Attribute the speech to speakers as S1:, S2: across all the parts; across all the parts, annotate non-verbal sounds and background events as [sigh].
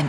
S1: An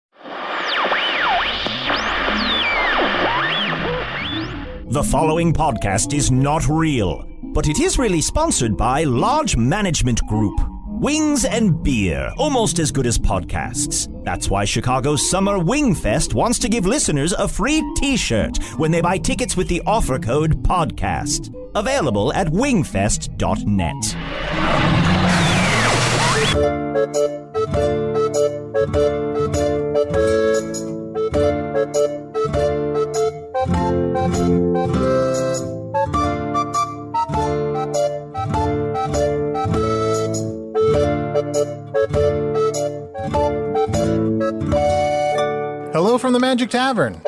S2: The following podcast is not real, but it is really sponsored by Large Management Group. Wings and beer, almost as good as podcasts. That's why Chicago's Summer Wing Fest wants to give listeners a free t shirt when they buy tickets with the offer code PODCAST. Available at wingfest.net.
S3: Hello from the Magic Tavern,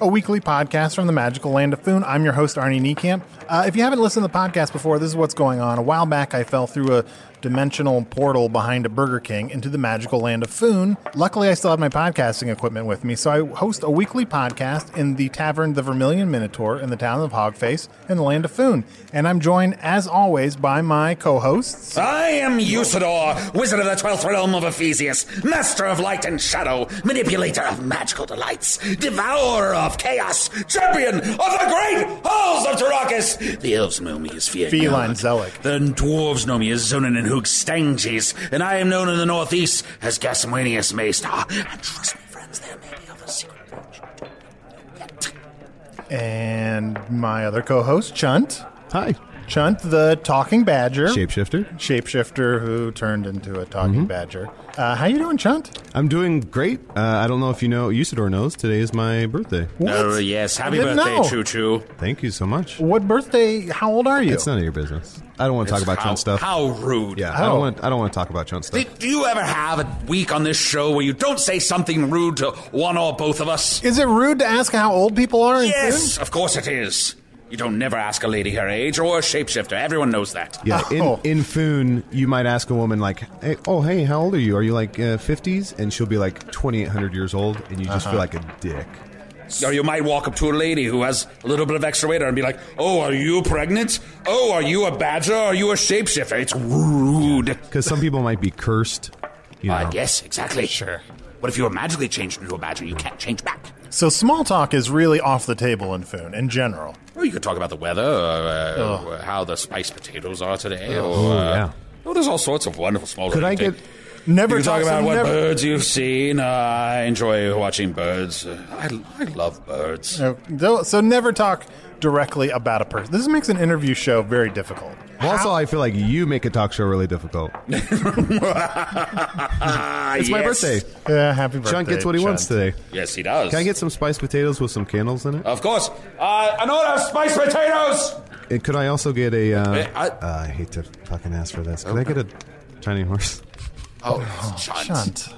S3: a weekly podcast from the magical land of Foon. I'm your host, Arnie Niekamp. Uh, if you haven't listened to the podcast before, this is what's going on. A while back, I fell through a dimensional portal behind a Burger King into the magical land of Foon. Luckily, I still have my podcasting equipment with me, so I host a weekly podcast in the tavern, the Vermilion Minotaur, in the town of Hogface, in the land of Foon. And I'm joined, as always, by my co hosts.
S4: I am Usador, wizard of the twelfth realm of Ephesius, master of light and shadow, manipulator of magical delights, devourer of chaos, champion of the great halls of Tarakas. The elves know me as Fear
S3: Feline Zealot.
S4: The dwarves know me as Zonin and Hoog Stanges, and I am known in the northeast as Gasmanius Maestar. And trust me, friends, there may be other secret watch.
S3: And my other co host, Chunt.
S5: Hi.
S3: Chunt, the talking badger.
S5: Shapeshifter.
S3: shapeshifter who turned into a talking badger. Uh, how you doing, Chunt?
S5: I'm doing great. Uh, I don't know if you know, Usador knows, today is my birthday.
S4: Oh, yes. Happy
S3: didn't
S4: birthday,
S3: know.
S4: Choo Choo.
S5: Thank you so much.
S3: What birthday? How old are you?
S5: It's none of your business. I don't want to talk about
S4: how,
S5: Chunt stuff.
S4: How rude.
S5: Yeah, I
S3: Oh.
S5: don't want I don't want to talk about Chunt stuff.
S4: Did you ever have a week on this show where you don't say something rude to one or both of us?
S3: Is it rude to ask how old people are? in
S4: Yes, of course it is. You don't never ask a lady her age or a shapeshifter. Everyone knows that.
S5: Yeah,
S3: Oh.
S5: in, in Foon, you might ask a woman like, hey, "Oh, hey, how old are you? Are you like uh, 50s?" And she'll be like 2,800 years old, and you just feel like a dick.
S4: Or you might walk up to a lady who has a little bit of extra weight and be like, "Oh, are you pregnant? Oh, are you a badger? Are you a shapeshifter?" It's rude.
S5: Because some people might be cursed. You know.
S4: I guess exactly. Sure. What if you were magically changed into a badger? You can't change back.
S3: Foon? So small talk is really off the table in Foon in general.
S4: Or you could talk about the weather, or uh, how the spiced potatoes are today, or uh,
S5: yeah.
S4: oh, there's all sorts of wonderful small.
S5: Could I
S4: little
S5: get?
S4: things.
S3: Never
S4: You talk
S3: talk
S4: about what
S3: never-
S4: birds you've seen. Uh, I enjoy watching birds. Uh, I, I love birds. [laughs]
S3: No, Oh, though- So never talk directly about a person. This makes an interview show very difficult.
S5: Well, also, I feel like you make a talk show really difficult.
S4: it's
S5: It's my birthday.
S3: Yeah, happy birthday.
S5: Sean gets what he wants
S3: Chunt.
S5: today.
S4: Yes, he does.
S5: Can I get some spiced potatoes with some candles in it?
S4: Of course. Uh, an order of spiced potatoes.
S5: And could I also get a? Uh,
S4: Eh, I-
S5: uh, I hate to fucking ask for this. Could I get a tiny horse? [laughs]
S4: Oh, John,
S3: Chunt.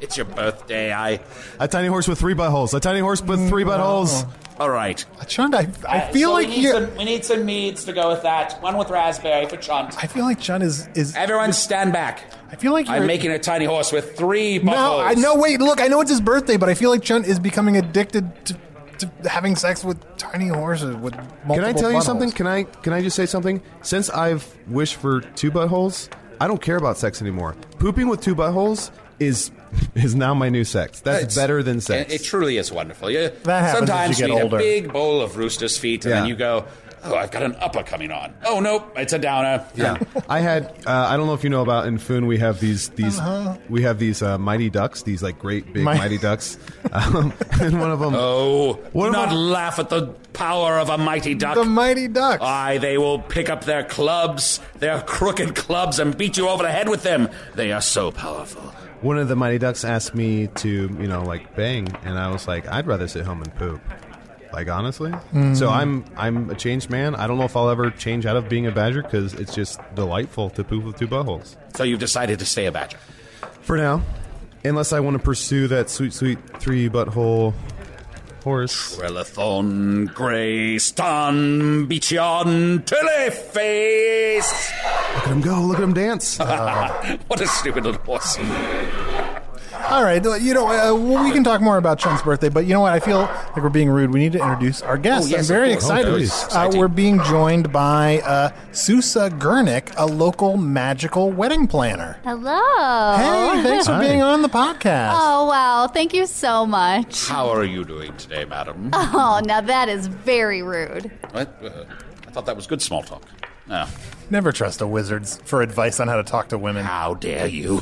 S4: it's your birthday. I.
S5: A tiny horse with three buttholes. A tiny horse with three buttholes.
S4: All right.
S3: Chunt, I, I feel like you.
S4: we need some meads to go with that. One with raspberry for Chunt.
S3: I feel like Chunt is is.
S4: Everyone, stand back.
S3: I feel like you're
S4: I'm making a tiny horse with three
S3: No,
S4: buttholes.
S3: I no. Wait, look, I know it's his birthday, but I feel like Chunt is becoming addicted to to having sex with tiny horses with multiple
S5: Can I tell you
S3: buttholes.
S5: something? Can I can I just say something? Since I've wished for two buttholes, I don't care about sex anymore. Pooping with two buttholes is [laughs] is now my new sex. That's
S4: It's-
S5: better than sex.
S4: It, it truly is wonderful. You,
S3: That happens as
S4: sometimes
S3: you get
S4: need
S3: older.
S4: a big bowl of rooster's feet, and then
S5: Yeah.
S4: you go, "Oh, I've got an upper coming on." Oh nope, it's a downer.
S5: yeah, I had. Uh, I don't know if you know about in Foon. We have these these
S4: Uh-huh.
S5: we have these uh, mighty ducks. These like great big
S3: Mi-
S5: mighty
S4: [laughs]
S5: ducks. Um, [laughs] and one of them.
S4: Oh,
S5: What am
S4: do not
S5: I-
S4: laugh at the power of a mighty duck.
S3: The mighty ducks.
S4: Aye, they will pick up their clubs, their crooked clubs, and beat you over the head with them. They are so powerful.
S5: One of the mighty ducks asked me to, you know, like bang, and I was like, I'd rather sit home and poop. Like honestly, so I'm I'm a changed man. I don't know if I'll ever change out of being a badger because it's just delightful to poop with two buttholes
S4: So you've decided to stay a badger.
S5: for now, unless I want to pursue that sweet sweet three butthole horse.
S4: Relathon, grey, stun, beachion, tilly face.
S5: Look at him go! Look at him dance! [laughs]
S4: What a stupid little horse.
S3: All right, you know, uh, well, we can talk more about Chun's birthday, but you know what? I feel like we're being rude. We need to introduce our guests.
S4: Oh, yes,
S3: I'm very
S4: of course.
S3: excited.
S5: Oh,
S4: please.
S3: uh, we're being joined by uh, Susa Gernick, a local magical wedding planner.
S6: Hello.
S3: Hey, thanks for
S5: Oh, Hi.
S3: being on the podcast.
S6: Oh, wow. Thank you so much.
S4: How are you doing today, madam?
S6: Oh, now that is very rude.
S4: What? Uh, I thought that was good small talk. Oh,
S3: Never trust a wizard for advice on how to talk to women.
S4: how dare you?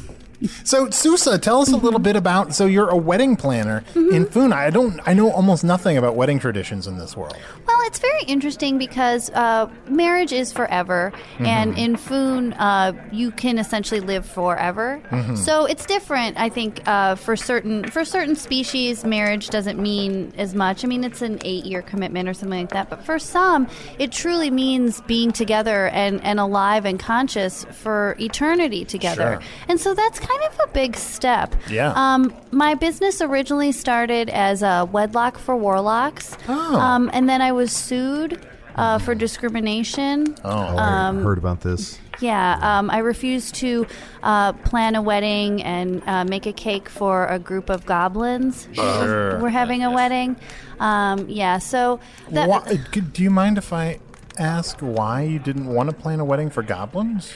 S3: So, Susa, tell us a
S6: Mm-hmm.
S3: little bit about. So, you're a wedding planner in Funa. I don't. I know almost nothing about wedding traditions in this world.
S6: Well, it's very interesting because uh, marriage is forever, and in Foon, uh, you can essentially live forever. So it's different, I think, uh, for certain for certain species. Marriage doesn't mean as much. I mean, it's an eight year commitment or something like that. But for some, it truly means being together and and alive and conscious for eternity together.
S3: Sure.
S6: And so that's kind of a big step.
S3: Yeah.
S6: Um, my business originally started as a wedlock for warlocks.
S3: Oh.
S6: Um, and then I was sued uh, for discrimination.
S5: oh, I
S6: Um,
S5: heard about this.
S6: Yeah, um, I refused to uh, plan a wedding and uh, make a cake for a group of goblins.
S3: Sure.
S6: We're having a wedding. Um, yeah, so that.
S3: Why, could- do you mind if I ask why you didn't want to plan a wedding for goblins?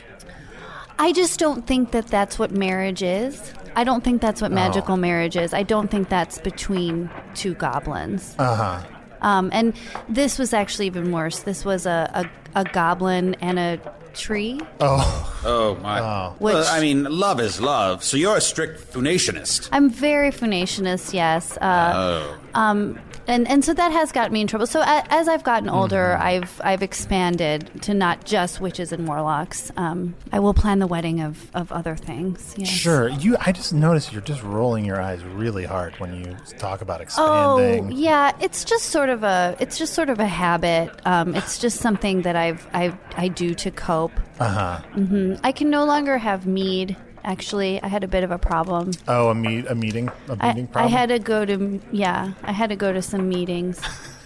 S6: I just don't think that that's what marriage is. I don't think that's what magical marriage is. I don't think that's between two goblins. Uh
S4: Uh-huh.
S6: huh. Um, and this was actually even worse. This was a, a, a goblin and a tree.
S4: Oh, my.
S6: Which-
S4: Well, I mean, love is love, so you're a strict funationist.
S6: I'm very phonationist, yes. Uh, Um, and, and so that has gotten me in trouble. So a, as I've gotten
S4: Mm-hmm.
S6: older, I've I've expanded to not just witches and warlocks. Um, I will plan the wedding of, of other things. Yes.
S3: Sure. You. I just noticed you're just rolling your eyes really hard when you talk about
S6: Oh
S3: expanding.
S6: yeah, it's just sort of a it's just sort of a habit. Um, it's just something that I've I I do to cope. Uh huh.
S3: Uh-huh.
S6: hmm I can no longer have mead. Actually, I had a bit of a problem.
S3: Oh, a meet a meeting a meeting
S6: I, I
S3: problem. [laughs]
S6: had to go to yeah, I had to go to some meetings.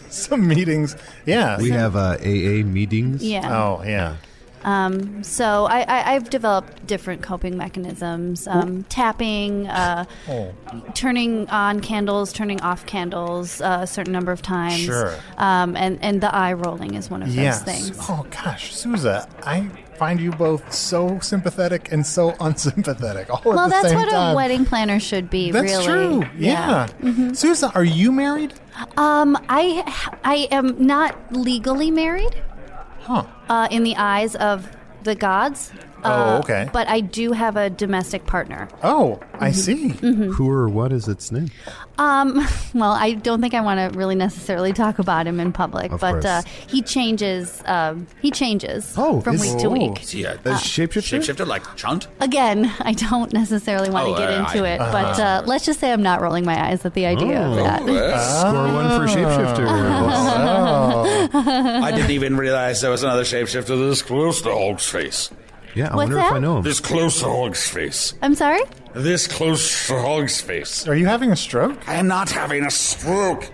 S3: some meetings. Yeah.
S5: We have uh, AA meetings.
S6: Yeah.
S3: oh yeah. Oh.
S6: Um, so I, I I've developed different coping mechanisms. Um, tapping. Uh,
S3: Oh.
S6: turning on candles, turning off candles uh, a certain number of times.
S3: Sure.
S6: Um, and, and the eye rolling is one of
S3: Yes.
S6: those things.
S3: Oh gosh, Souza, I find you both so sympathetic and so [laughs] unsympathetic all
S6: Well,
S3: at the
S6: that's
S3: same
S6: what
S3: time.
S6: a wedding planner should be,
S3: That's
S6: really. Mm-hmm.
S3: true. Yeah. Susa, are you married?
S6: Um, I, I am not legally married
S3: Huh.
S6: uh, in the eyes of the gods.
S3: Oh,
S6: uh,
S3: okay.
S6: But I do have a domestic partner.
S3: Oh,
S6: Mm-hmm.
S3: I see.
S5: Who or what is its name?
S6: Um, [laughs] well, I don't think I want to really necessarily talk about him in public,
S5: Of
S6: but
S5: course.
S6: uh, he changes. Um, he changes
S5: Oh,
S6: from
S5: is-
S6: week to
S5: oh.
S6: week.
S4: Is he a
S5: Uh, shapeshifter?
S4: shapeshifter like Chunt?
S3: Oh.
S6: again, [laughs] I don't necessarily want
S4: Oh,
S6: to get
S4: uh,
S6: into
S4: I-
S6: it, but uh, let's just say I'm not rolling my eyes at the idea
S4: Oh.
S6: of that.
S5: Score one for [laughs] shapeshifter.
S6: [laughs]
S4: I didn't even realize there was another shapeshifter this close to Hog's face.
S5: yeah, I
S6: What's
S5: wonder if I
S6: that?
S5: know him.
S4: This close to Hog's face.
S6: I'm sorry?
S4: This close to Hog's face.
S3: Are you having a stroke? [laughs]
S4: I am not having a stroke.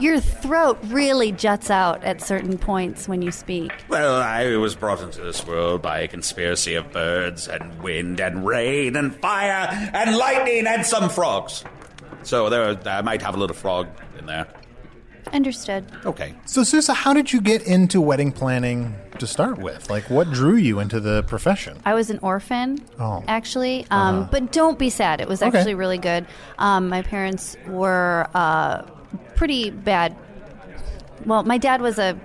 S6: Your throat really juts out at certain points when you speak.
S4: Well, I was brought into this world by a conspiracy of birds and wind and rain and fire and lightning and some frogs. So there, I might have a little frog in there.
S6: Understood.
S7: Okay.
S3: So, Susa, how did you get into wedding planning to start with? Like, what drew you into the profession?
S6: I was an orphan,
S3: Oh. Uh-huh.
S6: actually. Um, But don't be sad. It was
S3: Okay.
S6: actually really good. Um, my parents were uh, pretty bad. Well, my dad was a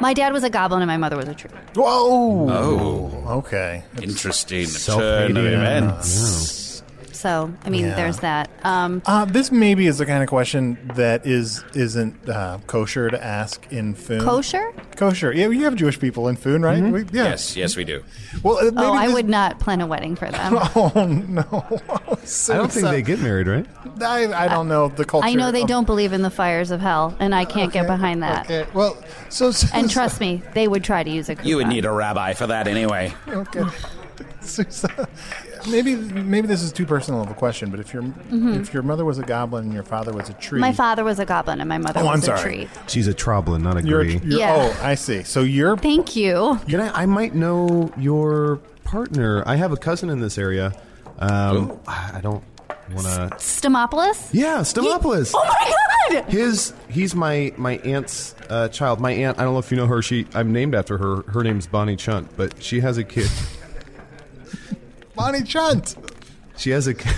S6: my dad was a goblin and my mother was a tree.
S3: Whoa!
S7: Oh,
S3: Okay.
S7: interesting
S5: Self-hating.
S7: turn of events.
S6: So I mean,
S3: Yeah.
S6: there's that. Um,
S3: Uh, this maybe is the kind of question that is isn't uh, kosher to ask in food.
S6: kosher?
S3: Kosher. Yeah, you have Jewish people in food,
S5: Mm-hmm.
S3: right? We- yeah.
S7: Yes, yes, we do.
S3: Well, uh, maybe
S6: Oh, I
S3: this-
S6: would not plan a wedding for them.
S3: [laughs] Oh no! [laughs]
S5: I don't think they get married, right?
S3: I, I don't know the culture. Oh,
S6: I know they
S3: of-
S6: don't believe in the fires of hell, and I can't get behind that.
S3: Okay. Well, so, so
S6: And trust me, they would try to use a. Coupon.
S7: You would need a rabbi for that anyway.
S3: Okay. Susa, maybe maybe this is too personal of a question, but if your if your mother was a goblin and your father was a tree,
S6: Mm-hmm. My father was a goblin and my mother
S3: Oh,
S6: was
S3: I'm
S6: a
S3: sorry.
S6: tree.
S5: She's a troblin, not a
S3: you're,
S5: gree.
S3: you're
S6: Yeah.
S3: oh, I see. So you're
S6: Thank you.
S5: You know, I might know your partner. I have a cousin in this area. Um, I I don't want to.
S6: Stemopoulos?
S5: Yeah, Stemopoulos.
S6: Oh my god!
S5: His he's my my aunt's uh, child. My aunt. I don't know if you know her. She I'm named after her. Her name's Bonnie Chunt, but she has a kid.
S3: Bonnie Chunt.
S5: She has a [laughs] kid.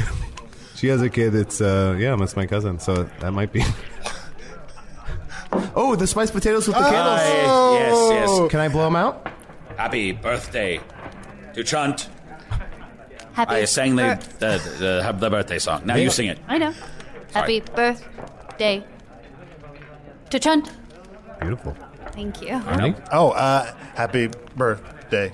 S5: she has a kid. It's uh yeah, that's my cousin. So that might be. [laughs] oh, the spiced potatoes with the candles.
S3: Oh.
S7: yes, yes.
S5: Can I blow them out?
S7: Happy birthday to Chunt.
S6: Happy
S7: I sang the,
S6: bir-
S7: the, the, the birthday song. Now you sing it.
S6: I know. Happy birthday to Chunt.
S5: Beautiful.
S6: Thank you.
S3: Oh, uh, happy birthday,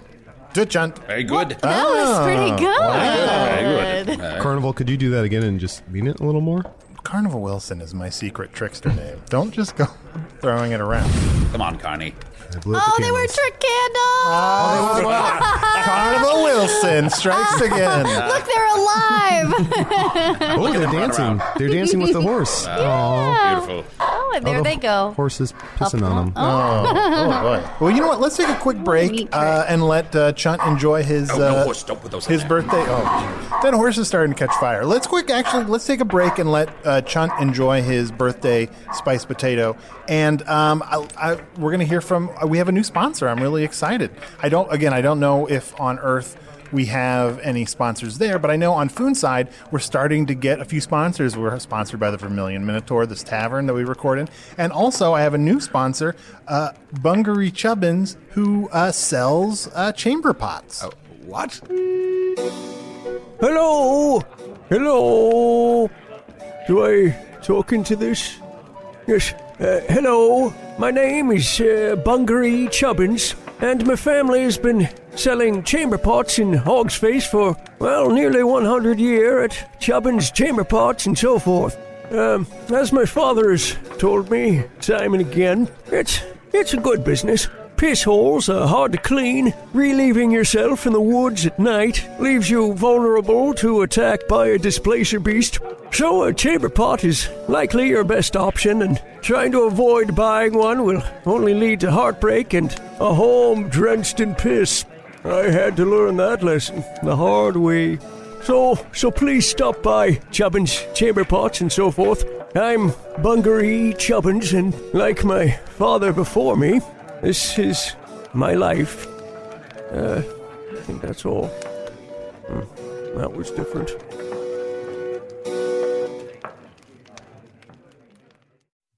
S3: to Chunt.
S7: Very good.
S6: That was pretty
S3: Oh,
S6: good.
S7: Very good.
S5: Carnival, could you do that again and just mean it a little more?
S3: Carnival Wilson is my secret trickster name. Don't just go [laughs] throwing it around.
S7: Come on, Carney.
S5: I blew up
S6: Oh,
S5: the
S6: they were
S5: candles.
S6: trick candles.
S3: Carnival Wilson
S7: [laughs]
S3: strikes again.
S6: Look, they're alive.
S5: Oh, they're
S7: them run
S5: dancing.
S7: around.
S5: They're dancing
S6: [laughs]
S5: with the horse. Aw.
S7: Beautiful.
S6: Oh, and there
S5: Oh, the
S6: they go.
S5: Horse is pissing on them.
S3: Oh boy. Well, you know what? Let's take a quick break
S6: Neat
S3: uh, and let uh, Chunt enjoy his
S7: Oh, No, no,
S3: uh,
S7: horse, don't put those in
S3: his
S7: there.
S3: birthday. Oh, that horse is starting to catch fire. Let's quick, actually, let's take a break and let uh, Chunt enjoy his birthday spiced potato. And um, I, I, we're going to hear from. Uh, we have a new sponsor. I'm really excited. I don't. Again, I don't know if on Earth. We have any sponsors there, but I know on Foon side we're starting to get a few sponsors. We're sponsored by the Vermilion Minotaur, this tavern that we record in, and also I have a new sponsor, uh, Bungaree Chubbins, who uh, sells uh, chamber pots.
S7: What?
S8: Hello? Hello? Do I talk into this? Yes. Uh, hello. My name is uh, Bungaree Chubbins, and my family has been selling chamber pots in Hog's Face for, well, nearly 100 year at Chubbins Chamber Pots and so forth. Um, as my father has told me time and again, it's, it's a good business. Piss holes are hard to clean. Relieving yourself in the woods at night leaves you vulnerable to attack by a displacer beast. So a chamber pot is likely your best option, and trying to avoid buying one will only lead to heartbreak and a home drenched in piss. I had to learn that lesson the hard way. So, so please stop by Chubbins Chamber Pots and so forth. I'm Bungaree Chubbins, and like my father before me, this is my life. Uh, I think that's all. Hmm, that was different.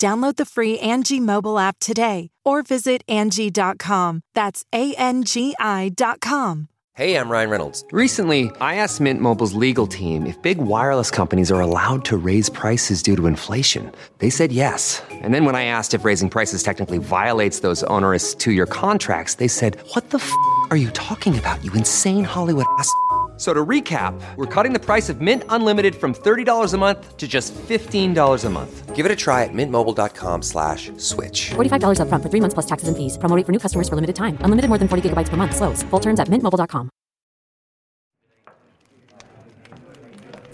S1: Download the free Angie mobile app today or visit Angie.com. That's A-N-G-I dot com.
S9: Hey, I'm Ryan Reynolds. Recently, I asked Mint Mobile's legal team if big wireless companies are allowed to raise prices due to inflation. They said yes. And then when I asked if raising prices technically violates those onerous two year contracts, they said, What the f are you talking about, you insane Hollywood ass? f- So to recap, we're cutting the price of Mint Unlimited from $30 a month to just $15 a month. Give it a try at mintmobile.com slash switch.
S10: $45 upfront for three months plus taxes and fees. Promo rate for new customers for limited time. Unlimited more than 40 gigabytes per month. Slows. Full terms at mintmobile.com.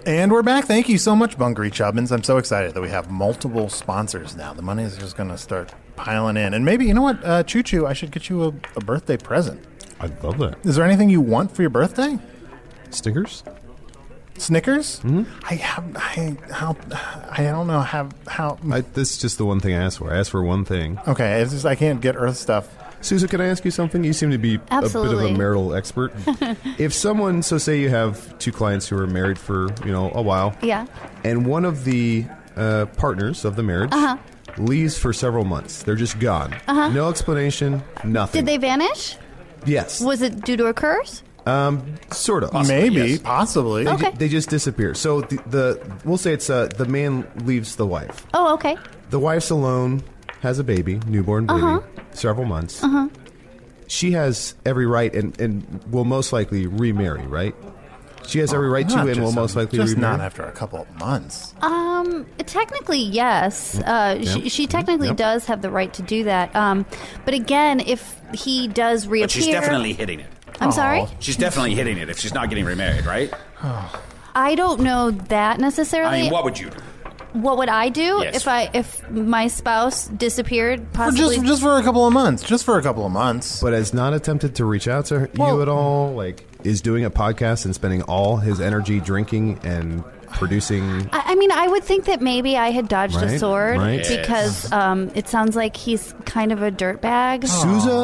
S3: And we're back. Thank you so much, Bunkery Chubbins. I'm so excited that we have multiple sponsors now. The money is just going to start piling in. And maybe, you know what, uh, Choo Choo, I should get you a, a birthday present.
S5: I love that.
S3: Is there anything you want for your birthday?
S5: Stickers?
S3: Snickers?
S5: Hmm?
S3: I have I how I don't know how how
S5: I, this is just the one thing I asked for. I asked for one thing.
S3: okay. It's just I can't get Earth stuff.
S5: Susan, can I ask you something? You seem to be a bit of
S6: Absolutely.
S5: a marital
S6: [laughs]
S5: expert. if someone, so say you have two clients who are married for you know a while,
S6: Yeah.
S5: and one of the uh, partners of the marriage
S6: Uh-huh.
S5: leaves for several months, they're just gone, no explanation, nothing.
S6: Did they vanish?
S5: Yes,
S6: Was it due to a curse?
S5: sort of.
S3: Maybe, possibly.
S5: They, ju-
S6: Okay.
S5: they just disappear. So the, the we'll say it's uh, the man leaves the wife.
S6: Oh, okay.
S5: The wife's alone, has a baby, newborn baby,
S6: Uh-huh.
S5: several months. She has every right and, and will most likely remarry, right? She has every right to
S3: Not
S5: and will
S3: just
S5: most
S3: a-
S5: likely
S3: just
S5: remarry.
S3: not after a couple of months.
S6: Um, technically, yes. Uh, she, she technically
S5: Yep.
S6: does have the right to do that. Um, but again, if he does reappear,
S11: But she's definitely hitting it.
S6: I'm sorry.
S11: She's definitely hitting it if she's not getting remarried, right?
S6: I don't know that necessarily.
S11: I mean, what would you do?
S6: What would I do
S11: Yes.
S6: if I if my spouse disappeared?
S3: Or
S6: Possibly.
S3: just just for a couple of months. Just for a couple of months.
S5: but has not attempted to reach out to her, you at all. Like, is doing a podcast and spending all his energy drinking and producing.
S6: I, I mean, I would think that maybe I had dodged a
S5: Right,
S6: sword
S5: right.
S6: because um, it sounds like he's kind of a dirtbag.
S5: Oh.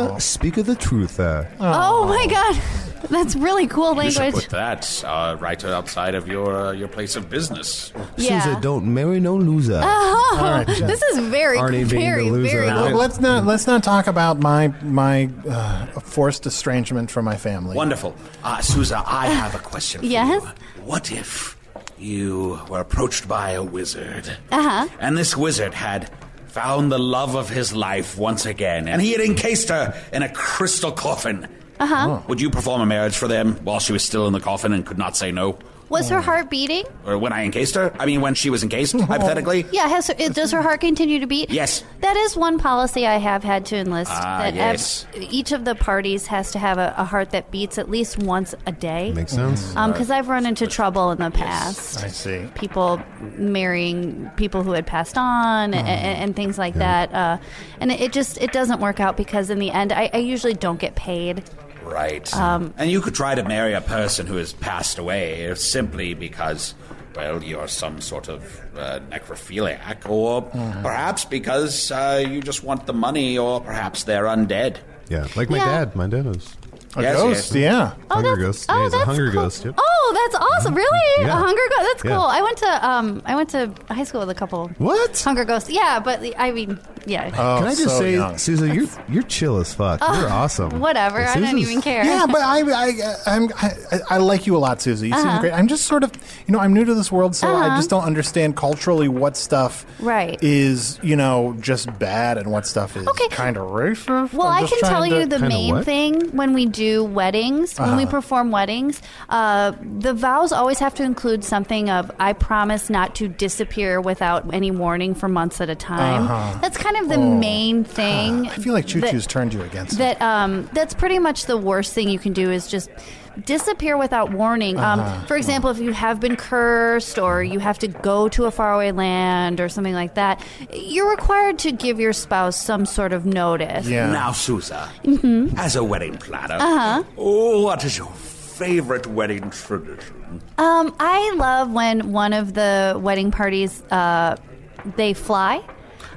S5: Sousa, speak of the truth. Uh,
S6: Oh my god, [laughs] that's really cool
S11: You should
S6: language.
S11: put that uh, right outside of your uh, your place of business.
S6: Yeah.
S5: Sousa, don't marry no loser.
S6: Oh,
S3: right, Jen.
S6: this is very,
S5: Arnie being the
S6: very,
S5: loser.
S6: very.
S5: No.
S3: Look, let's not let's not talk about my my uh, forced estrangement from my family.
S11: Wonderful. Uh, Sousa, I have a question for
S6: Yes?
S11: you. What if you were approached by a wizard? Uh-huh. And this wizard had found the love of his life once again, and he had encased her in a crystal coffin. Uh-huh. Would you perform a marriage for them while she was still in the coffin and could not say no?
S6: Was
S5: Oh.
S6: her heart beating?
S11: Or when I encased her? I mean, when she was encased,
S6: [laughs]
S11: hypothetically?
S6: Yeah, has her, it- does her heart continue to beat?
S11: Yes.
S6: That is one policy I have had to enlist.
S11: Ah,
S6: that
S11: yes.
S6: ev- each of the parties has to have a, a heart that beats at least once a day.
S5: Makes sense.
S6: Because I've run into trouble in the past.
S3: I see.
S6: People marrying people who had passed on a- a-
S5: Mm-hmm.
S6: and, things like that. Uh, and it, it just it doesn't work out because in the end, I, I usually don't get paid.
S11: Right.
S6: Um,
S11: and you could try to marry a person who has passed away simply because, well, you're some sort of uh, necrophiliac, or
S5: Uh-huh.
S11: perhaps because uh, you just want the money, or perhaps they're undead.
S5: Yeah, like my
S6: Yeah. Oh,
S5: dad. My dad is.
S3: A
S11: Yes,
S3: ghost,
S11: yes.
S3: yeah.
S5: Hunger
S6: that's-
S5: Ghost. Yeah, he's a
S6: that's
S5: Hunger
S6: cool.
S5: Ghost. Yep. Mm-hmm.
S6: Oh, that's awesome! Really,
S5: Yeah.
S6: a Hunger Ghost. That's
S5: Yeah.
S6: cool. I went to um, I went to high school with a couple.
S5: What?
S6: Hunger Ghost? Yeah, but the- I mean, yeah.
S3: Oh,
S5: Can I just
S3: so
S5: say,
S3: young.
S5: Susan, you're you're chill as fuck. you're awesome.
S6: Whatever. I don't
S5: Susan's-
S6: even care.
S3: Yeah, but I, I, I'm, I, I like you a lot, Susie. You
S6: Uh-huh.
S3: seem great. I'm just sort of, you know, I'm new to this world, so I just don't understand culturally what stuff
S6: Right.
S3: is, you know, just bad and what stuff is
S6: Okay.
S3: kind of racist.
S6: Well,
S3: I'm
S6: I
S3: just
S6: can
S3: trying
S6: tell
S3: to-
S6: you the
S5: Kinda
S6: main
S5: what?
S6: thing when we do weddings, when we
S3: Uh-huh.
S6: perform weddings, uh, the vows always have to include something of "I promise not to disappear without any warning for months at a time." That's kind of the main thing.
S3: Uh-huh. Oh. [sighs] I feel like Choo
S6: that-
S3: Choo's turned you against.
S6: that um, that's pretty much the worst thing you can do is just disappear without warning. Um, for example, if you have been cursed or you have to go to a faraway land or something like that, you're required to give your spouse some sort of notice.
S3: Yeah.
S11: Now, Sousa,
S6: Mm-hmm.
S11: as a wedding planner,
S6: Uh-huh.
S11: oh, what is your favorite wedding tradition?
S6: Um, I love when one of the wedding parties uh, they fly.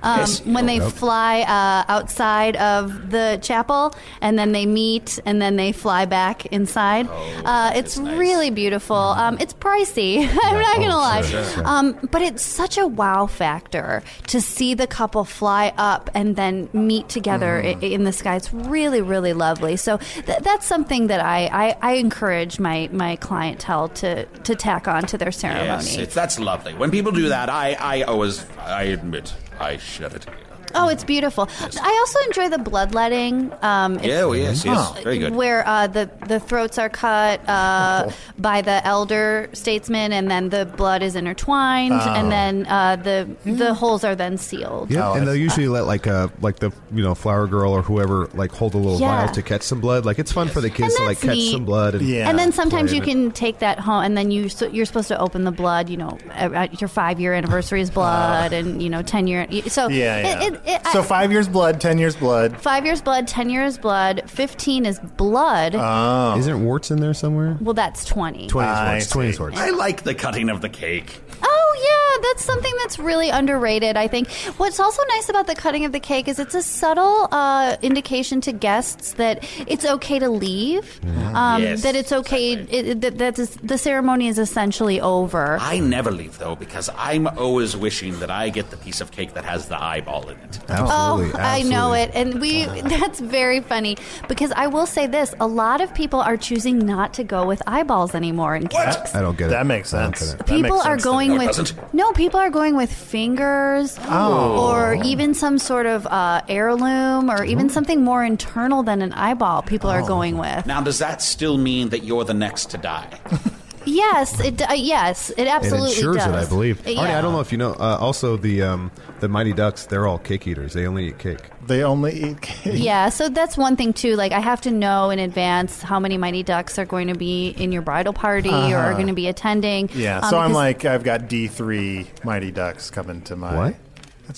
S6: Um,
S11: Yes.
S6: When they fly uh, outside of the chapel, and then they meet, and then they fly back inside. uh, it's really beautiful. Um, it's pricey. [laughs] I'm not gonna lie,
S5: sure, sure.
S6: Um, but it's such a wow factor to see the couple fly up and then meet together
S4: Mm.
S6: i in the sky. It's really, really lovely. So th- that's something that I, I, I encourage my, my clientele to, to tack on to their ceremony.
S11: Yes, it's, that's lovely. When people do that, I, I always, I admit, I shed a tear.
S6: Oh, it's beautiful. I also enjoy the bloodletting. Um, it's-
S4: Yeah, oh, yes, yes. Wow. Very good. Oh.
S6: Where uh, the the throats are cut uh, by the elder statesman, and then the blood is intertwined,
S5: Oh.
S6: and then uh, the
S4: Mm.
S6: the holes are then sealed.
S3: Oh,
S5: Yeah, and they'll usually let like a like the you know flower girl or whoever like hold a little
S6: Yeah.
S5: vial to catch some blood. Like it's fun for the kids to like
S6: That's
S5: catch
S6: neat.
S5: some blood. And,
S6: and then sometimes
S5: play
S6: you
S5: in it.
S6: can take that home, and then you so you're supposed to open the blood. You know, at at your five year anniversary is blood, and you know ten year. So
S3: Uh. yeah, yeah.
S6: It, it, it,
S3: so
S6: I-
S3: five years blood, ten years blood.
S6: Five years blood, ten years blood, fifteen is blood.
S3: Uh.
S5: Isn't warts in there somewhere?
S6: well, that's twenty.
S5: warts. Twenty is warts.
S3: Oh,
S4: I like the cutting of the cake.
S6: Oh yeah, that's something that's really underrated. I think. What's also nice about the cutting of the cake is it's a subtle uh, indication to guests that it's okay to leave.
S3: Mm-hmm.
S6: Um,
S4: Yes,
S6: that it's okay. It, that that is, the ceremony is essentially over.
S4: I never leave though because I'm always wishing that I get the piece of cake that has the eyeball in it.
S6: oh, I know it,
S5: [laughs]
S6: and [laughs] we—that's very funny because I will say this: a lot of people are choosing not to go with eyeballs anymore in cakes.
S5: I don't get it.
S3: That makes sense. That
S6: People
S3: makes
S6: are
S3: sense to
S6: going
S3: me.
S6: with no. People are going with fingers,
S3: Oh.
S6: or even some sort of uh, heirloom, or even something more internal than an eyeball. People
S5: Oh.
S6: are going with
S4: Now, does that still mean that you're the next to die?
S6: yes, it d- uh, yes, it absolutely
S5: it insures
S6: does.
S5: it, I believe.
S6: Yeah.
S5: Arnie, I don't know if you know. Uh, also, the um, the Mighty Ducks, they're all cake eaters. They only eat cake.
S3: They only eat cake.
S6: Yeah, so that's one thing too. Like, I have to know in advance how many Mighty Ducks are going to be in your bridal party or are
S3: Uh-huh.
S6: going to be attending.
S3: Yeah,
S6: Um,
S3: so I'm
S6: because-
S3: like, I've got D3 Mighty Ducks coming to my.
S5: What?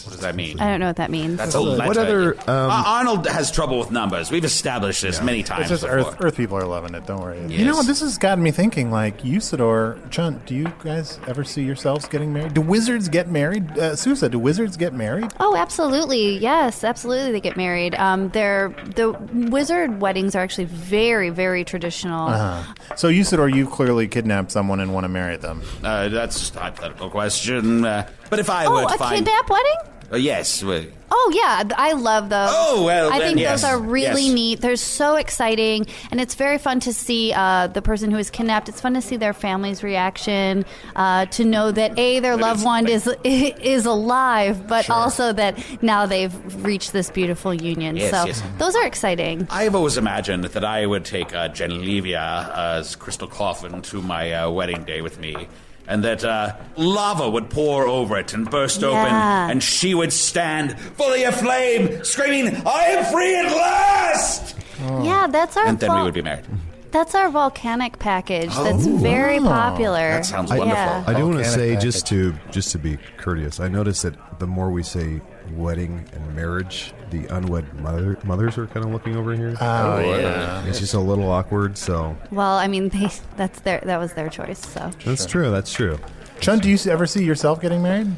S4: What does
S5: [laughs]
S4: that mean?
S6: I don't know what that means.
S4: That's a letter.
S5: What other? Um,
S4: Uh, Arnold has trouble with numbers. We've established this many times
S3: It's just
S4: before.
S3: Earth. Earth people are loving it. Don't worry. You
S4: Yes.
S3: know what? This has gotten me thinking. Like Usador, Chunt, do you guys ever see yourselves getting married? Do wizards get married? Uh, Susa, do wizards get married?
S6: Oh, absolutely. Yes, absolutely. They get married. Um, they're, the wizard weddings are actually very, very traditional.
S3: Uh-huh. So Usador, you've clearly kidnapped someone and want to marry them.
S4: Uh, that's just a hypothetical question. Uh, but if I
S6: Oh,
S4: were to
S6: a
S4: find.
S6: kidnap wedding?
S4: Uh, yes. well,
S6: Oh yeah, th- I love those.
S4: Oh, well,
S6: I
S4: then
S6: think
S4: yes,
S6: those are really
S4: yes.
S6: neat. They're so exciting, and it's very fun to see uh, the person who is kidnapped. It's fun to see their family's reaction, uh, to know that a their
S4: That
S6: loved
S4: is-
S6: one is [laughs] is alive, but also that now they've reached this beautiful union.
S4: Yes,
S6: so
S4: yes.
S6: those are exciting.
S4: I've always imagined that I would take uh, Genlevia as crystal coffin to my uh, wedding day with me. And that uh, lava would pour over it and burst open,
S6: Yeah.
S4: and she would stand fully aflame, screaming, I am free at last!
S6: Yeah, that's our
S4: Oh. And then we
S6: vol-
S4: would be married.
S6: that's our volcanic package. That's very popular.
S4: Ah. That sounds wonderful.
S6: Yeah.
S5: I do want to
S3: Volcanic
S5: say
S3: package.
S5: just to just to be courteous. I noticed that the more we say wedding and marriage, the unwed mother, mothers are kind of looking over here.
S3: Oh, yeah.
S5: It's just a little awkward. So
S6: Well, I mean, they, [laughs] that's their that was their choice. So
S5: that's true. That's true.
S3: Chunt, do you s- ever see yourself getting married?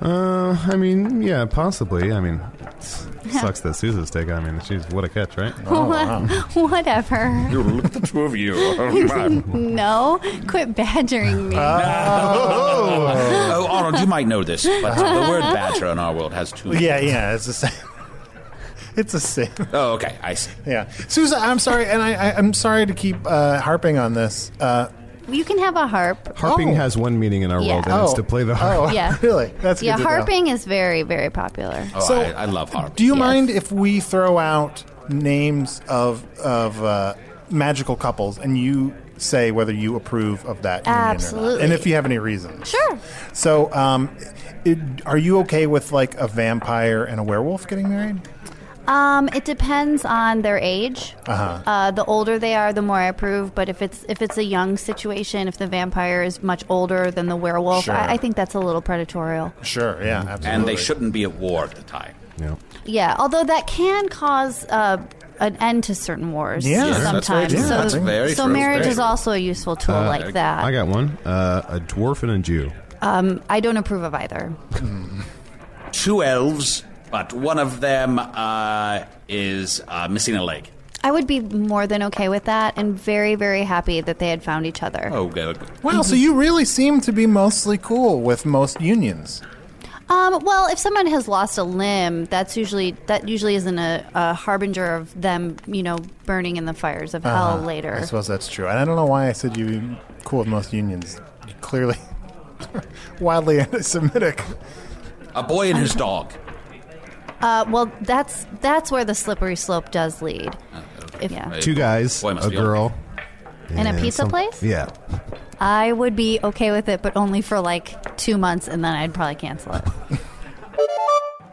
S5: Uh, I mean, yeah, possibly. I mean, it
S6: [laughs]
S5: sucks that Susan's taking. I mean, she's what a catch, right?
S6: Oh.
S4: Oh,
S6: [laughs] whatever.
S4: You look at the two of you. oh,
S6: No, quit badgering me.
S4: Oh, Arnold, you might know this, but the word badger in our world has two.
S3: Yeah, yeah. It's the same. [laughs] it's the same.
S4: Oh, okay, I see.
S3: Yeah, Susa, I'm sorry, and I, I I'm sorry to keep uh, harping on this. Uh,
S6: you can have a harp.
S5: Harping
S3: Oh.
S5: has one meaning in our
S6: Yeah.
S5: world, and it's
S3: Oh.
S5: to play the harp.
S3: Oh,
S6: Yeah.
S3: [laughs] really? That's
S6: yeah,
S3: good to know.
S6: harping is very, very popular.
S4: Oh,
S3: So,
S4: I, I love harp.
S3: Do you
S6: Yes.
S3: mind if we throw out names of of uh, magical couples and you say whether you approve of that? union or not?
S6: Absolutely.
S3: and if you have any reason.
S6: Sure.
S3: So, um, it, are you okay with like a vampire and a werewolf getting married?
S6: Um, it depends on their age. Uh-huh. the older they are, the more I approve. But if it's if it's a young situation, if the vampire is much older than the werewolf,
S3: Sure.
S6: I, I think that's a little predatorial.
S3: Sure. Yeah. Absolutely.
S4: and they shouldn't be at war at the time.
S5: Yeah.
S6: Yeah, although that can cause uh, an end to certain wars
S3: Yeah, Yes,
S4: that's very
S6: sometimes.
S4: true.
S6: so
S4: That's very
S6: so
S4: true,
S6: marriage
S4: very
S6: is
S4: true.
S6: also a useful tool like
S5: [laughs]
S6: that.
S5: I got one. Uh, a dwarf and a Jew.
S6: I don't approve of either.
S4: Two elves, but one of them uh, is uh, missing a leg.
S6: I would be more than okay with that and very, very happy that they had found each other.
S4: Oh, good. good.
S3: Wow. So you really seem to be mostly cool with most unions.
S6: Um, well, if someone has lost a limb, that's usually that usually isn't a, a harbinger of them, you know, burning in the fires of hell later. Uh,
S3: I suppose that's true. And I don't know why I said you cool with most unions. You clearly [laughs] wildly anti-Semitic.
S4: A boy and his dog.
S6: Uh, well, that's that's where the slippery slope does lead. Yeah.
S5: Two guys, a girl,
S6: And a pizza place?
S5: Yeah,
S6: I would be okay with it, but only for like two months, and then I'd probably cancel it.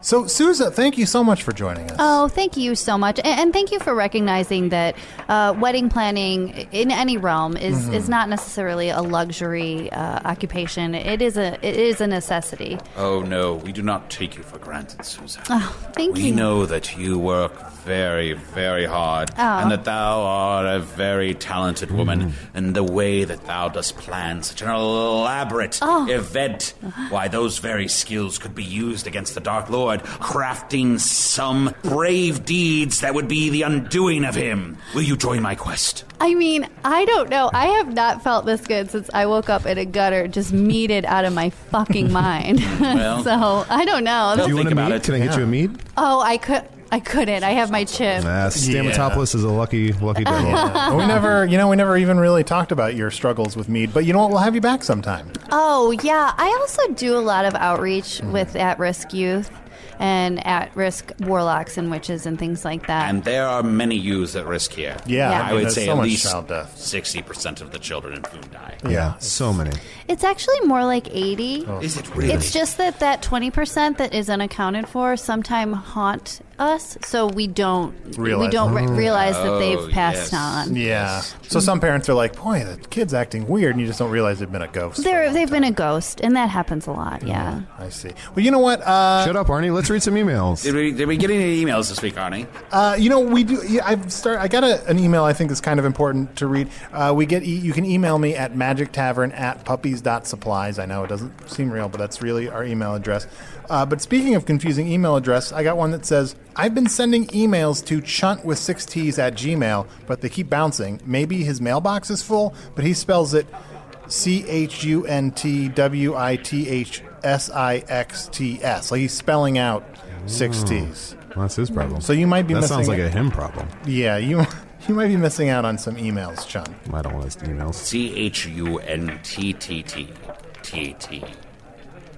S3: So, Sousa, thank you so much for joining us.
S6: Oh, thank you so much, A- and thank you for recognizing that uh, wedding planning in any realm is,
S3: Mhm.
S6: is not necessarily a luxury uh, occupation. It is a it is a necessity.
S4: Oh no, we do not take you for granted, Susan.
S6: Oh, thank
S4: we
S6: you.
S4: know that you work very, very hard,
S6: Oh. Mm.
S4: and that thou art a very talented woman. And the way that thou dost plan such an elaborate
S6: Oh.
S4: event, why those very skills could be used against the Dark Lord, crafting some brave deeds that would be the undoing of him. Will you join my quest?
S6: I mean, I don't know. I have not felt this good since I woke up in a gutter, just meated out of my
S4: [laughs]
S6: fucking mind. [laughs]
S5: Well,
S6: so I don't know.
S5: Do you want a mead? Can I get you a mead?
S6: Oh, I could. I couldn't. I have my chip.
S5: Nah, Stamatopoulos is a lucky, lucky devil.
S3: [laughs] And we never, you know, we never even really talked about your struggles with mead, but you know what? We'll have you back sometime.
S6: Oh, yeah. I also do a lot of outreach with at risk youth and at risk warlocks and witches and things like that.
S4: And there are many youths at risk here.
S6: Yeah, Yeah. I
S4: I,
S6: mean,
S4: would
S6: there's
S4: say
S6: so
S4: at
S6: much
S4: least
S6: child
S4: sixty percent of the children in Foon die.
S5: Yeah, so many.
S6: It's actually more like 80.
S4: Oh, Is it really?
S6: It's just that that 20% that is unaccounted for sometime haunt us, so we don't we
S3: Realize
S6: don't
S3: it.
S6: re- realize
S3: Oh,
S6: that they've passed on.
S3: Yeah. So some parents are like, "Boy, the kid's acting weird," and you just don't realize they've been a ghost.
S6: They're, they've been a ghost, and that happens a lot, yeah.
S3: I see. Well, you know what? Uh,
S5: Shut up, Arnie. Let's read some emails.
S4: Did we, did we get any emails this week, Arnie?
S3: Uh, you know, we do. Yeah, I've start. I got a, an email. I think that's kind of important to read. Uh, we get. E- you can email me at magic tavern at puppies supplies. I know it doesn't seem real, but that's really our email address. Uh, but speaking of confusing email address, I got one that says I've been sending emails to chunt with six t's at Gmail, but they keep bouncing. Maybe his mailbox is full, but he spells it C H U N T W I T H S I X T S. Like he's spelling out six
S5: Oh,
S3: t's.
S5: well, that's his problem.
S3: So you might be
S5: That
S3: missing
S5: sounds like a him problem.
S3: yeah, you [laughs] you might be missing out on some emails, Chun.
S5: I don't want his emails.
S4: C H U N T T T T T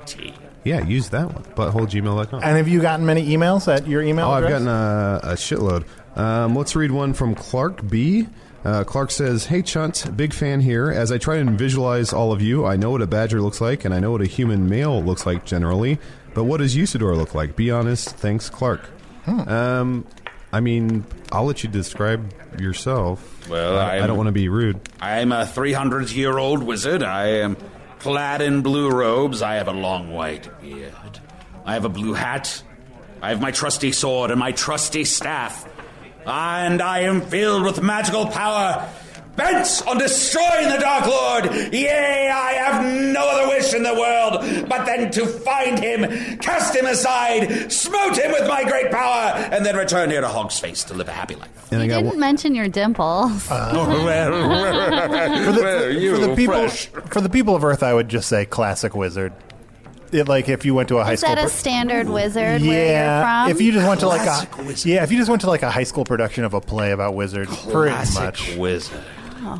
S4: T.
S5: Yeah, use that one. Buttholegmail.com.
S3: And have you gotten many emails at your email
S5: Oh, I've
S3: address?
S5: gotten a, a shitload. Um, let's read one from Clark B. Uh, Clark says, Hey Chunt, big fan here. As I try and visualize all of you, I know what a badger looks like, and I know what a human male looks like generally, but what does Usador look like? Be honest. Thanks, Clark. Um, I mean, I'll let you describe yourself.
S4: Well,
S5: I, I
S4: I'm-
S5: don't want to be rude.
S4: I'm a 300 year old wizard. I am clad in blue robes. I have a long white beard. I have a blue hat. I have my trusty sword and my trusty staff. And I am filled with magical power, bent on destroying the Dark Lord. Yea, I have no other wish in the world but then to find him, cast him aside, smote him with my great power, and then return here to Hog's Face to live a happy life.
S5: And I
S6: You
S5: got
S6: didn't mention your dimples.
S3: for the,
S4: You
S3: for the people
S4: fresh.
S3: for the people of Earth, I would just say classic wizard. It, like if you went to a high
S6: Is
S3: school.
S6: that a
S3: pro-
S6: standard wizard
S3: yeah,
S6: where you're from?
S3: if you just went to like a yeah, if you just went to like a high school production of a play about wizards, pretty
S5: Classic
S3: much.
S4: Wizard.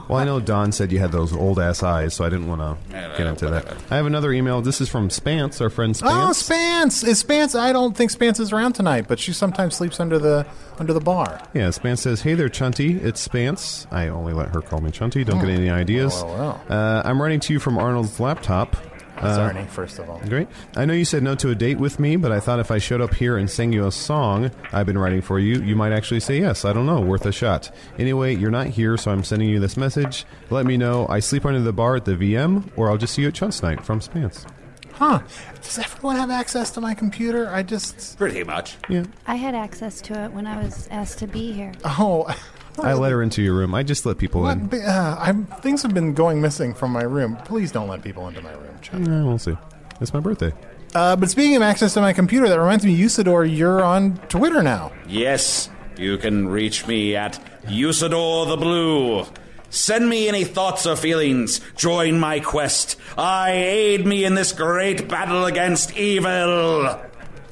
S5: Well, I know Don said you had those old ass eyes, so I didn't want to get into that. I have another email. This is from Spance, our friend
S3: Oh,
S5: Spance.
S3: Spance is Spance. I don't think Spance is around tonight, but she sometimes sleeps under the under the bar.
S5: Yeah, Spance says, "Hey there, Chunty. It's Spance. I only let her call me Chunty. Don't
S3: Hmm.
S5: get any ideas.
S3: Well, well,
S5: Uh, I'm writing to you from Arnold's laptop.
S3: That's
S5: Uh,
S3: Arnie, first of all.
S5: Great. I know you said no to a date with me, but I thought if I showed up here and sang you a song I've been writing for you, you might actually say yes. I don't know. Worth a shot. Anyway, you're not here, so I'm sending you this message. Let me know. I sleep under the bar at the VM, or I'll just see you at Chunt's night from Spance.
S3: Huh? Does everyone have access to my computer? I just
S4: Pretty much.
S5: Yeah.
S6: I had access to it when I was asked to be here.
S3: Oh, [laughs]
S5: I let her into your room. I just let people
S3: What?
S5: in.
S3: But, Uh, I'm, things have been going missing from my room. Please don't let people into my room.
S5: Yeah, Uh, we'll see. It's my birthday.
S3: Uh, but speaking of access to my computer, that reminds me, Usador, you're on Twitter now.
S4: Yes, you can reach me at Usador the Blue. Send me any thoughts or feelings. Join my quest. I aid me in this great battle against evil.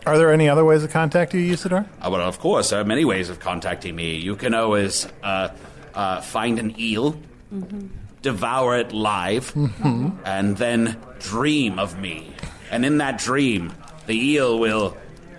S3: Are there any other ways to contact you, Usador?
S4: Uh, well, of course, there are many ways of contacting me. You can always uh, uh, find an eel,
S3: Mm-hmm.
S4: devour it live,
S12: Mhm.
S4: and then dream of me. And in that dream, the eel will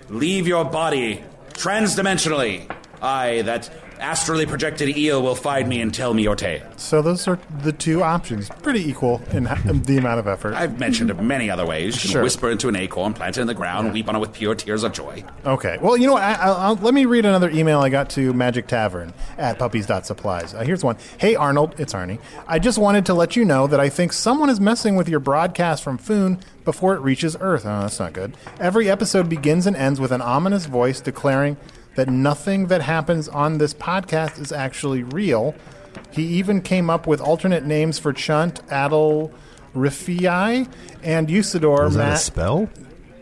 S4: leave your body transdimensionally. I, that astrally projected eel, will find me and tell me your tale.
S3: So those are the two options, pretty equal in ho- in the amount of effort.
S4: I've mentioned it many other ways. You can
S3: Mm-hmm. Sure.
S4: whisper into an acorn, plant it in the ground, weep on it with pure tears of joy.
S3: Okay. Well, you know what? I, I'll, I'll, let me read another email I got to Magic Tavern at puppies.supplies. Uh, here's one. Hey, Arnold. It's Arnie. I just wanted to let you know that I think someone is messing with your broadcast from Foon before it reaches Earth. Oh, that's not good. Every episode begins and ends with an ominous voice declaring that nothing that happens on this podcast is actually real. He even came up with alternate names for Chunt, Adel, Rifii, and Usador.
S5: Is that a
S3: Matt-
S5: spell?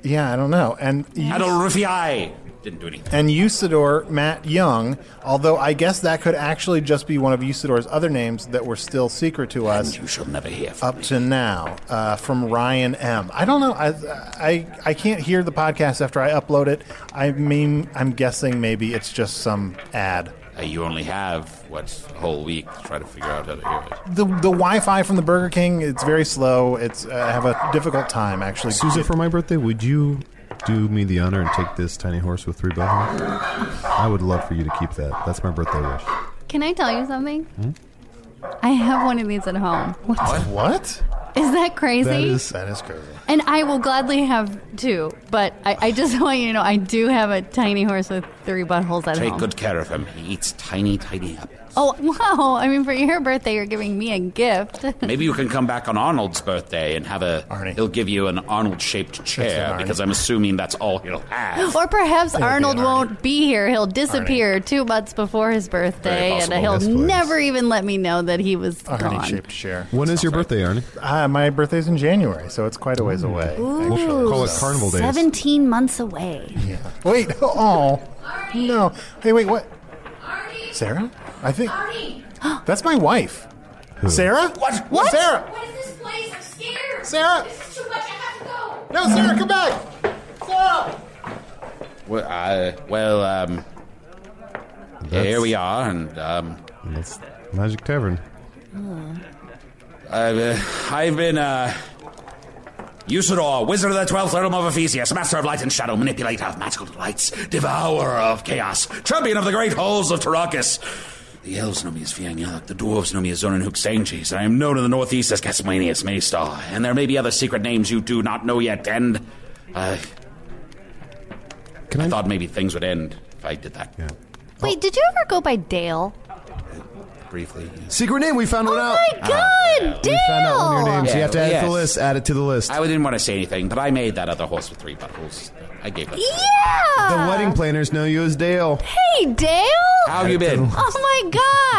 S3: Yeah, I don't know. And
S4: Adol Rufii! Didn't do anything.
S3: and Usador Matt Young, although I guess that could actually just be one of Usador's other names that were still secret to us.
S4: you shall never hear
S3: up to now uh, from Ryan M. I don't know. I, I I can't hear the podcast after I upload it. I mean, I'm guessing maybe it's just some ad.
S4: Uh, you only have, what, a whole week to try to figure out how to hear it.
S3: The the Wi-Fi from the Burger King it's very slow. It's uh, I have a difficult time actually.
S5: Susan, for my birthday, would you do me the honor and take this tiny horse with three bells? on it? I would love for you to keep that. That's my birthday wish.
S6: Can I tell you something?
S5: Hmm?
S6: I have one of these at home.
S3: What? What?
S6: Is that crazy?
S3: that is crazy.
S6: And I will gladly have two, but I, I just [laughs] want you to know I do have a tiny horse with three buttholes at
S4: Take
S6: home.
S4: good care of him. He eats tiny, tiny apples.
S6: Oh [laughs] wow! I mean, for your birthday, you're giving me
S4: [laughs]
S6: a gift.
S4: Maybe you can come back on Arnold's birthday and have a. Arnie. He'll give you an Arnold shaped chair
S6: Arnie.
S4: because I'm assuming that's all he'll have.
S6: or perhaps
S4: It'll be
S6: Arnold
S4: an Arnie.
S6: won't be here. He'll disappear two months before his
S4: Very
S6: birthday, and
S4: possible.
S6: he'll
S4: Yes, please.
S6: never even let me know that he was gone.
S3: shaped share.
S5: When is your birthday, Arnie?
S3: Uh, my birthday's in January, so it's quite a ways away.
S6: Ooh,
S3: Call it Carnival Days.
S6: Seventeen months away.
S3: Wait, [laughs] oh no! Hey, wait, what? Sarah, I think that's my wife. Sarah? What?
S11: What?
S3: Sarah?
S11: What is this place? I'm scared.
S3: Sarah?
S11: This is too much. I have to
S3: go. No, Sarah, come back. Sarah.
S4: Well, I, well um. here we are, and, um.
S5: That's Magic Tavern.
S4: I've, uh, I've been, uh. Usador, wizard of the twelfth realm of Ephesius, master of light and shadow, manipulator of magical delights, devourer of chaos, champion of the great halls of Tarakas. The elves know me as Fiangyalak, the dwarves know me as Zonin Huxangis, and I am known in the northeast as Castlevanius Maystar, and there may be other secret names you do not know yet, and, uh. I, thought maybe things would end if I did that. Yeah.
S6: Wait, did you ever go by Dale? Oh
S4: Briefly.
S5: Secret name. We found one out.
S4: Ah,
S6: My God, Dale!
S5: We found out one of your names.
S4: Yeah,
S5: you have to add it to the
S4: yes.
S5: list. Add it to the list.
S4: I didn't want to say anything, but I made that other horse with three buckles. I gave it.
S6: Yeah.
S5: The wedding planners know you as Dale.
S6: Hey, Dale!
S4: How have you been?
S6: Oh my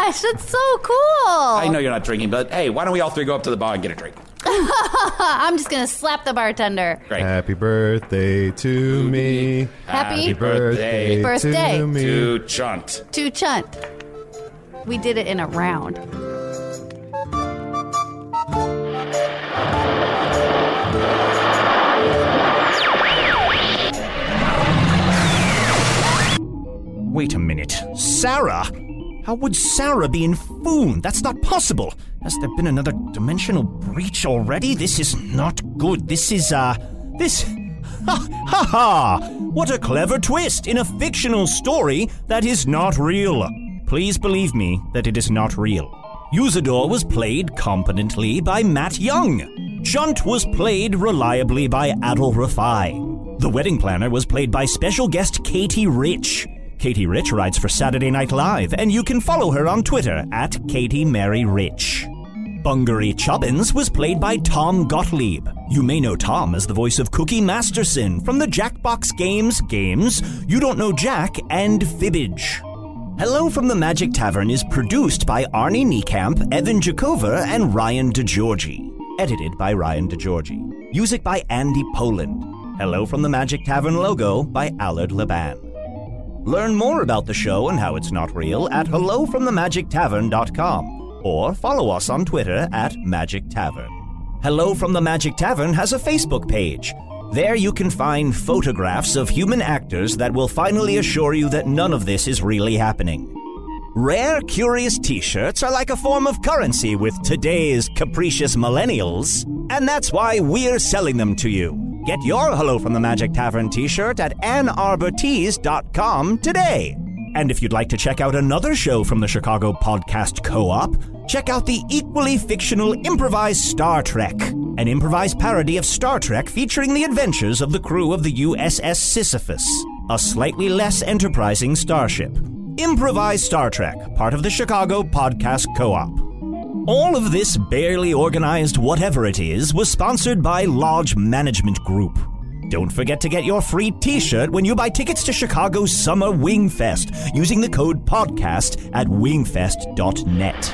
S6: gosh, that's so cool!
S4: I know you're not drinking, but hey, why don't we all three go up to the bar and get a drink?
S6: Uh, I'm just gonna slap the bartender.
S5: Happy birthday to me.
S6: Happy
S5: birthday,
S6: birthday.
S5: to me.
S4: To Chunt.
S6: Two chunt. We did it in a round.
S2: Wait a minute. Sarah? How would Sarah be in Foon? That's not possible. Has there been another dimensional breach already? This is not good. This is, uh. This. [laughs] Ha ha ha! What a clever twist in a fictional story that is not real. Please believe me that it is not real. Usador was played competently by Matt Young. Chunt was played reliably by Adol Rafai. The wedding planner was played by special guest Katie Rich. Katie Rich writes for Saturday Night Live, and you can follow her on Twitter at Katie Mary Rich. Bungaree Chubbins was played by Tom Gottlieb. You may know Tom as the voice of Cookie Masterson from the Jackbox Games games You Don't Know Jack and Fibbage. Hello from the Magic Tavern is produced by Arnie Niekamp, Evan Jakova, and Ryan DeGiorgi. Edited by Ryan DeGiorgi. Music by Andy Poland. Hello from the Magic Tavern logo by Allard Leban. Learn more about the show and how it's not real at hellofromthemagictavern.com or follow us on Twitter at Magic Tavern. Hello from the Magic Tavern has a Facebook page. There you can find photographs of human actors that will finally assure you that none of this is really happening. Rare, curious t shirts are like a form of currency with today's capricious millennials, and that's why we're selling them to you. Get your Hello from the Magic Tavern t shirt at annarbortees.com today. And if you'd like to check out another show from the Chicago Podcast Co op, check out the equally fictional Improvised Star Trek, an improvised parody of Star Trek featuring the adventures of the crew of the USS Sisyphus, a slightly less enterprising starship. Improvised Star Trek, part of the Chicago Podcast Co op. All of this barely organized whatever it is was sponsored by Lodge Management Group. Don't forget to get your free t shirt when you buy tickets to Chicago's Summer Wingfest using the code PODCAST at wingfest.net.